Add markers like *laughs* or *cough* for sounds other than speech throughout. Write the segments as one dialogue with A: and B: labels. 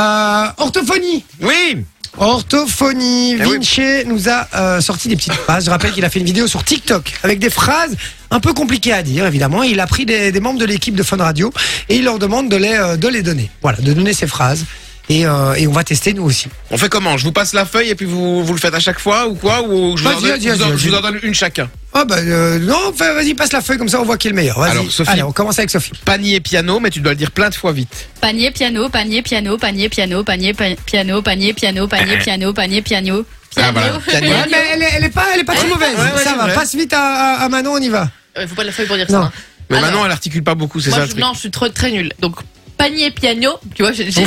A: Euh, orthophonie.
B: Oui
A: Orthophonie.
B: Eh oui.
A: Vinci nous a euh, sorti des petites phrases. Je rappelle qu'il a fait une vidéo sur TikTok avec des phrases un peu compliquées à dire, évidemment. Il a pris des, des membres de l'équipe de Fun Radio et il leur demande de les, euh, de les donner. Voilà, de donner ces phrases. Et, euh, et on va tester nous aussi.
B: On fait comment Je vous passe la feuille et puis vous, vous le faites à chaque fois ou quoi Ou je vous,
A: Vas-y,
B: en donne,
A: vas-y,
B: je vous en-
A: vas-y,
B: je vous en
A: vas-y.
B: donne une chacun.
A: Ah bah euh, non, va- vas-y, passe la feuille comme ça on voit qui est le meilleur. Vas-y.
B: Alors, Sophie.
A: Allez, on commence avec Sophie.
B: Panier piano, mais tu dois le dire plein de fois vite.
C: Panier, piano, panier, piano, panier, piano, panier, pa- piano, panier,
B: *coughs*
C: piano, panier, piano, panier, piano.
B: Ah, voilà.
C: Piano.
B: Piano.
A: Ouais, mais elle est, elle est pas, elle est pas très mauvaise.
B: ouais,
A: ça
B: c'est
A: va.
B: vrai.
A: Passe vite à, à- à Manon, on y va.
D: Euh, faut pas de la feuille pour dire
A: Non.
D: ça. hein.
B: Mais
D: Alors,
B: maintenant, elle articule pas beaucoup, c'est
D: moi,
B: ça le
D: je,
B: truc.
D: non, je suis trop, très nulle. Donc, panier piano, tu vois, j'ai j'ai-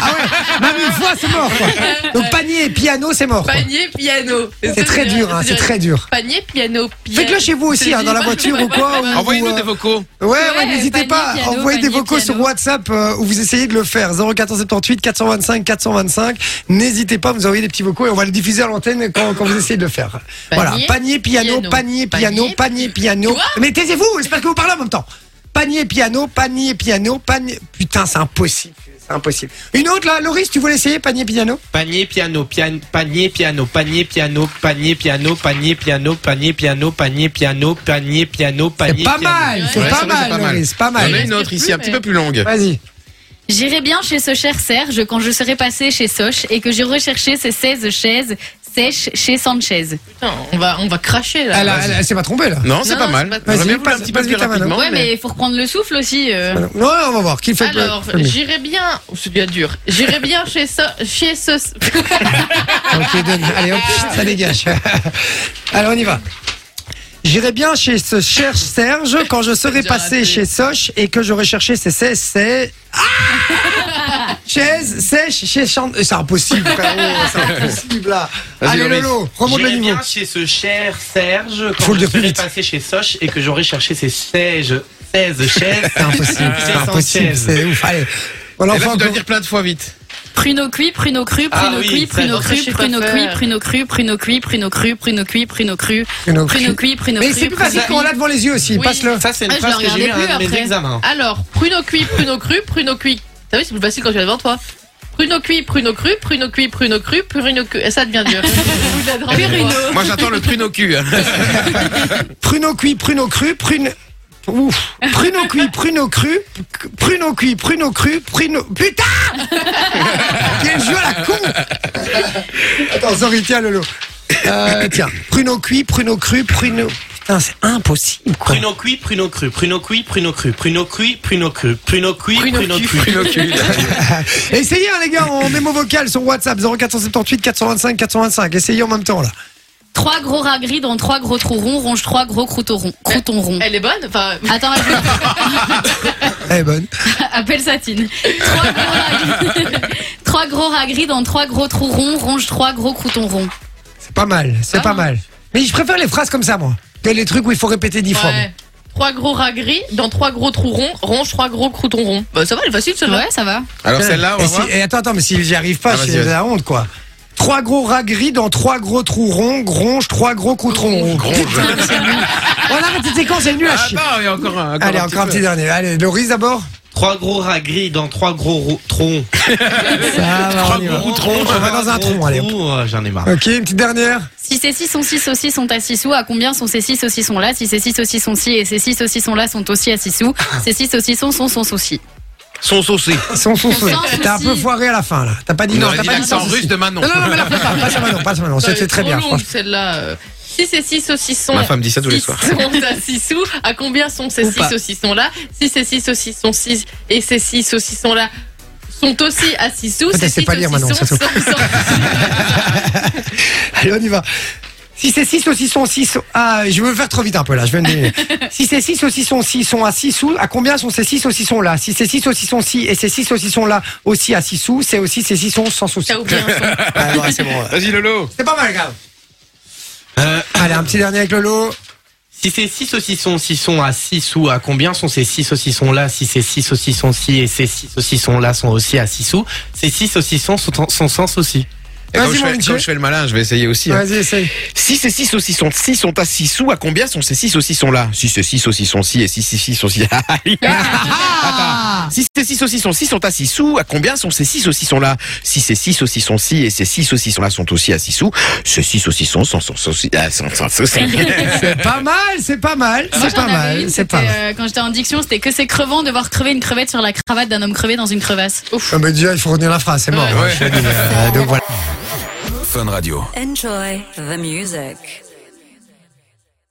A: Ah ouais, même une fois c'est mort. quoi. Donc panier et piano c'est mort. quoi.
D: panier piano.
A: C'est très dur, hein, c'est très dur.
D: Panier piano, piano.
A: Faites-le chez vous aussi, hein, dans la voiture ou quoi.
D: *laughs*
A: ou-
B: Envoyez-nous
A: ou,
B: des
A: euh,
B: vocaux.
A: Ouais, ouais,
C: Ouais,
A: n'hésitez
C: panier,
A: pas.
C: piano,
A: Envoyez des
C: panier,
A: vocaux sur
C: piano.
A: WhatsApp euh, où vous essayez de le faire. 0478 425 425. N'hésitez pas, vous envoyez des petits vocaux et on va les diffuser à l'antenne quand, quand vous essayez de le faire.
D: Panier,
A: voilà. Panier, piano,
D: piano.
A: panier, piano,
D: Panier.
A: panier, piano.
D: Quoi
A: Mais taisez-vous, j'espère que vous parlez en même temps. Panier, piano, panier, piano, panier. Putain, c'est impossible. C'est impossible. Une autre là, Loris, tu voulais essayer panier, piano
E: Panier piano, pian- panier piano, panier piano, panier piano, panier piano, panier piano, panier piano, panier piano,
A: C'est
E: panier
A: pas
E: piano.
A: mal, c'est
B: Ouais,
A: pas,
B: c'est vrai, c'est
A: mal,
B: pas mal.
A: Loris, pas
B: Il y en a
A: mal.
B: une autre ici, un petit peu plus longue.
A: Vas-y.
C: J'irai bien chez ce cher Serge quand je serai passé chez Soch et que j'ai recherché ces 16 chaises sèches chez Sanchez.
D: Putain, on va, on va cracher là.
A: Elle, a- elle, elle s'est pas trompée là.
B: Non, c'est
D: Non,
B: pas
D: non,
B: mal.
D: c'est pas-
B: J'aurais bien
A: Vas-y,
B: voulu un
A: passe-
B: petit peu
A: passe
B: plus
A: vite à Manon.
B: rapidement.
C: Ouais, mais il faut reprendre le souffle aussi. euh.
A: Non, non, on va voir. Qui fait le-
D: Alors,
A: le mieux.
D: j'irai bien. Oh, C'est bien dur. J'irai bien chez ça, chez ce.
A: Ok, donne. Allez, hop, ça dégage. *laughs* Allez, on y va. J'irai bien chez ce cher Serge quand je serai
D: Déjà
A: passé
D: raté.
A: chez Soch et que j'aurai cherché ses ses- ses-
B: *laughs*
A: Ah Chaises sèches chez Chante. C'est impossible, frérot,
B: *laughs*
A: c'est impossible là.
B: Vas-y,
A: Allez,
B: Loris.
A: Lolo, remonte le
E: J'irai
A: niveau.
E: bien chez ce cher Serge quand
A: Faut le
E: je
A: dire plus
E: serai
A: vite.
E: passé chez Soch et que j'aurai cherché ces 16, 16
A: *laughs*
E: chaises.
A: C'est impossible, c'est impossible, c'est ouf. Allez, on
B: Et là,
A: l'enfant
B: tu dois le dire plein de fois vite.
C: Pruneau cuit, pruneau cru,
E: Ah
C: pruneau
E: oui,
C: cuit,
E: très
C: pruneau
D: bien.
C: cru,
D: Je sais pas
C: pruneau cuit,
D: faire.
C: pruneau cru, pruneau cru, pruneau cru, pruneau cuit, pruneau cru,
A: Pruneau cru.
C: pruneau cuit, pruneau
A: Mais
C: cru.
A: c'est plus
C: pruneau
A: facile
C: cuit.
A: quand on l'a devant les yeux aussi.
D: Oui.
A: Passe-le.
E: Ça, c'est une
D: Ah, je
E: phrase
D: la
E: que j'ai eu à
D: regardais
E: un de
D: plus
E: mes
D: après.
E: examens.
D: Alors, pruneau cuit, pruneau cru, pruneau cuit. T'as vu, c'est plus facile quand tu l'as devant toi. Pruneau cuit, pruneau cru, pruneau cuit, pruneau cru, pruneau cru. Et ça devient
A: *laughs*
D: dur. Vous la droguez, quoi.
B: Moi, j'attends le pruneau cul. hein.
A: Pruneau cuit, pruneau cru, prune. Ouf. Pruneau cuit, pruneau cru, pruneau cuit, pruneau cru, pruneau.
D: *laughs*
A: Putain Quel jeu à la con Attends, sorry, tiens, Lolo. Euh, tiens, pruneau cuit, pruneau cru, pruneau. Putain, c'est impossible, quoi.
E: Pruneau cuit, pruneau cru, pruneau cuit, pruneau cru, pruneau cuit, pruneau cru, pruneau cuit, pruneau cru.
B: Pruneau cul.
A: Essayez, hein, les gars, en mémo vocal sur WhatsApp 0478 425 425. Essayez en même temps, là.
C: Trois gros rats gris dans trois gros trous ronds rongent trois gros croutons ronds. Croutons ronds.
D: Elle est bonne Enfin,
C: Attends, je vais-
A: Elle est Eh, bonne.
C: appelle Satine. Trois gros rats gris- *laughs* Trois gros rats gris dans trois gros trous ronds rongent trois gros croutons ronds.
A: C'est pas mal, c'est
D: Ah.
A: pas mal. Mais je préfère les phrases comme ça, moi. Que les trucs où il faut répéter dix fois. moi.
D: ouais. Trois gros rats gris dans trois gros trous ronds, ronge trois gros croutons ronds. Bah, ça va, elle est facile celle-là.
C: Ouais, ça va.
B: Alors, celle-là, on
A: et,
B: va
A: si-
B: voir.
A: et attends, attends, mais si j'y arrive pas,
B: Ah,
A: c'est
B: vas-y,
A: de la honte, quoi. Trois gros rats gris dans trois gros trous ronds, gronge, trois gros coutrons ronds.
B: Gronge.
A: *laughs* On arrête cette séquence, elle est nulle à
B: Ah,
A: chier.
B: non, il y a encore un.
A: Allez, encore un petit dernier. Allez, Loris d'abord.
E: Trois gros rats gris dans trois gros ro- troncs.
A: Ça va,
E: Trois
A: on y va.
E: gros troncs.
A: On va dans un tronc, allez. hop.
E: Oh, J'en ai marre.
A: Ok, une petite dernière.
C: Si ces 6 sont 6 aussi sont à 6 sous, à combien sont ces 6 aussi sont là Si ces 6 aussi sont 6 et ces 6 aussi sont là sont aussi à 6 sous,
A: Ah.
C: ces 6 aussi sont sont sont souci.
B: Son saucé.
A: Son son son.
C: Sans
A: T'as un peu
C: souci.
A: foiré à la fin, là. T'as pas dit
B: On
A: non,
B: aurait
A: t'as
B: dit
A: pas dit
B: l'accent
A: sans
B: russe
A: souci.
B: de Manon.
A: Non, non, non, mais la fais pas. Passe à Manon, passe à Manon.
D: Elle
A: C'était
D: est
A: très
D: trop
A: bien,
D: longue,
A: franchement.
D: celle-là. euh. Si ces six saucissons.
B: Ma femme dit ça tous les soirs.
D: *laughs* Sont à six sous, à combien sont ces
C: Ou
D: six
C: pas.
D: saucissons-là Si ces six saucissons 6 et ces six saucissons-là sont aussi à six sous,
A: Putain,
D: ces
A: c'est
D: six
A: pas lire, Manon,
D: saucissons
A: ça
D: sont-
A: *laughs* Allez, on y va. Si c'est 6 saucissons, 6. Ah, je vais me faire trop vite un peu là, je vais me délire. Si c'est 6 saucissons, 6 sont à 6 sous, à combien sont ces 6 saucissons là Si c'est 6 saucissons, 6 et ces 6 saucissons là aussi à 6 sous, c'est aussi ces 6 sont sans souci.
D: T'as oublié un son.
A: *laughs* Ah, ouais, c'est bon. ouais.
B: Vas-y, Lolo.
A: C'est pas mal, grave.
E: Euh,
A: Allez, un petit dernier avec Lolo.
E: Si ces 6 saucissons, 6 sont à 6 ou à combien sont ces 6 saucissons là Si ces 6 saucissons ci et ces 6 saucissons là sont aussi à 6 sous, ces 6 saucissons sont, en- sont sans souci.
B: Et comme
A: Vas-y,
B: je,
A: mon
B: fais,
A: Vinci.
B: comme je fais le malin, je vais essayer aussi. hein.
A: Vas-y, essaye.
B: Si ces six saucissons ci sont à 6 sous, à combien sont ces six saucissons là Si ces six saucissons ci et si six six saucissons Attends. Si ces six saucissons ci sont à 6 sous, à combien sont ces six saucissons là Si ces six saucissons ci et ces six saucissons là sont aussi à 6 sous, ces six saucissons sont sont sont sont sont
A: C'est pas mal, c'est pas mal,
C: Ah, Moi,
A: c'est
C: j'en
A: pas
C: avais une,
A: mal, c'est pas
C: c'était,
A: mal.
C: euh, quand j'étais en diction, c'était que c'est crevant de voir crever une crevette sur la cravate d'un homme crevé dans une crevasse.
A: Ah, mais déjà, il faut retenir la phrase, c'est mort. hein, je te le dis, euh, donc voilà.
F: Enjoy the music.